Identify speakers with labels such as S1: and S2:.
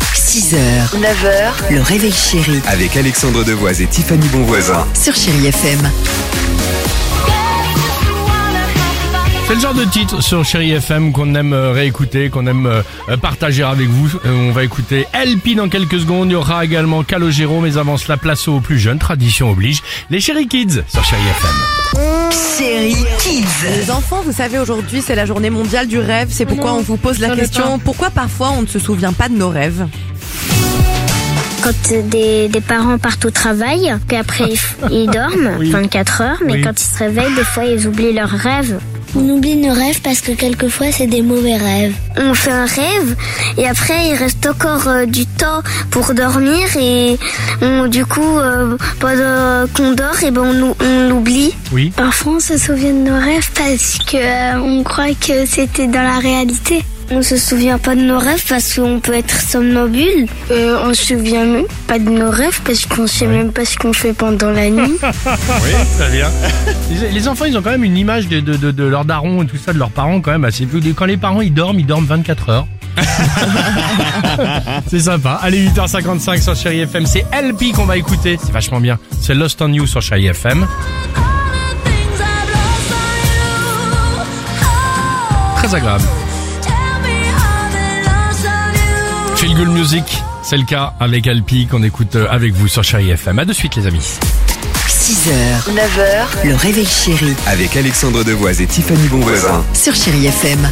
S1: 6h, 9h, le réveil chéri
S2: Avec Alexandre Devoise et Tiffany Bonvoisin.
S1: sur Chéri FM.
S3: C'est le genre de titre sur Chéri FM qu'on aime euh, réécouter, qu'on aime euh, euh, partager avec vous. Euh, on va écouter LP dans quelques secondes. Il y aura également Calogero, mais avant cela, place aux plus jeunes. Tradition oblige. Les Chéri Kids sur Chéri FM.
S1: Chéri Kids.
S4: Les enfants, vous savez, aujourd'hui, c'est la journée mondiale du rêve. C'est pourquoi on vous pose la question pourquoi parfois on ne se souvient pas de nos rêves
S5: quand des, des parents partent au travail, qu'après ils dorment 24 heures, mais
S3: Oui.
S5: quand ils se réveillent, des fois ils oublient leurs rêves. On oublie nos rêves parce que quelquefois c'est des mauvais rêves. On fait un rêve et après il reste encore euh, du temps pour dormir et on, du coup euh, pendant qu'on dort et ben on, ou- on l'oublie.
S3: Oui.
S5: Parfois, on se souvient de nos rêves parce que euh, on croit que c'était dans la réalité. On se souvient pas de nos rêves parce qu'on peut être somnambule. Euh, on se souvient même pas de nos rêves parce qu'on sait même pas ce qu'on fait pendant la nuit.
S3: Oui, très bien. Les, les enfants, ils ont quand même une image de, de, de, de leur daron et tout ça, de leurs parents quand même. assez- Quand les parents, ils dorment, ils dorment 24 heures. c'est sympa. Allez, 8h55 sur Chéri FM. C'est LP qu'on va écouter. C'est vachement bien. C'est Lost on You sur Chéri FM. Très agréable. Feel Good Music, c'est le cas avec Alpi qu'on écoute euh, avec vous sur Chéri FM. À de suite les amis.
S1: 6h, 9h, le réveil chéri
S2: Avec Alexandre Devoise et Tiffany Bonvoisin.
S1: sur Chéri FM.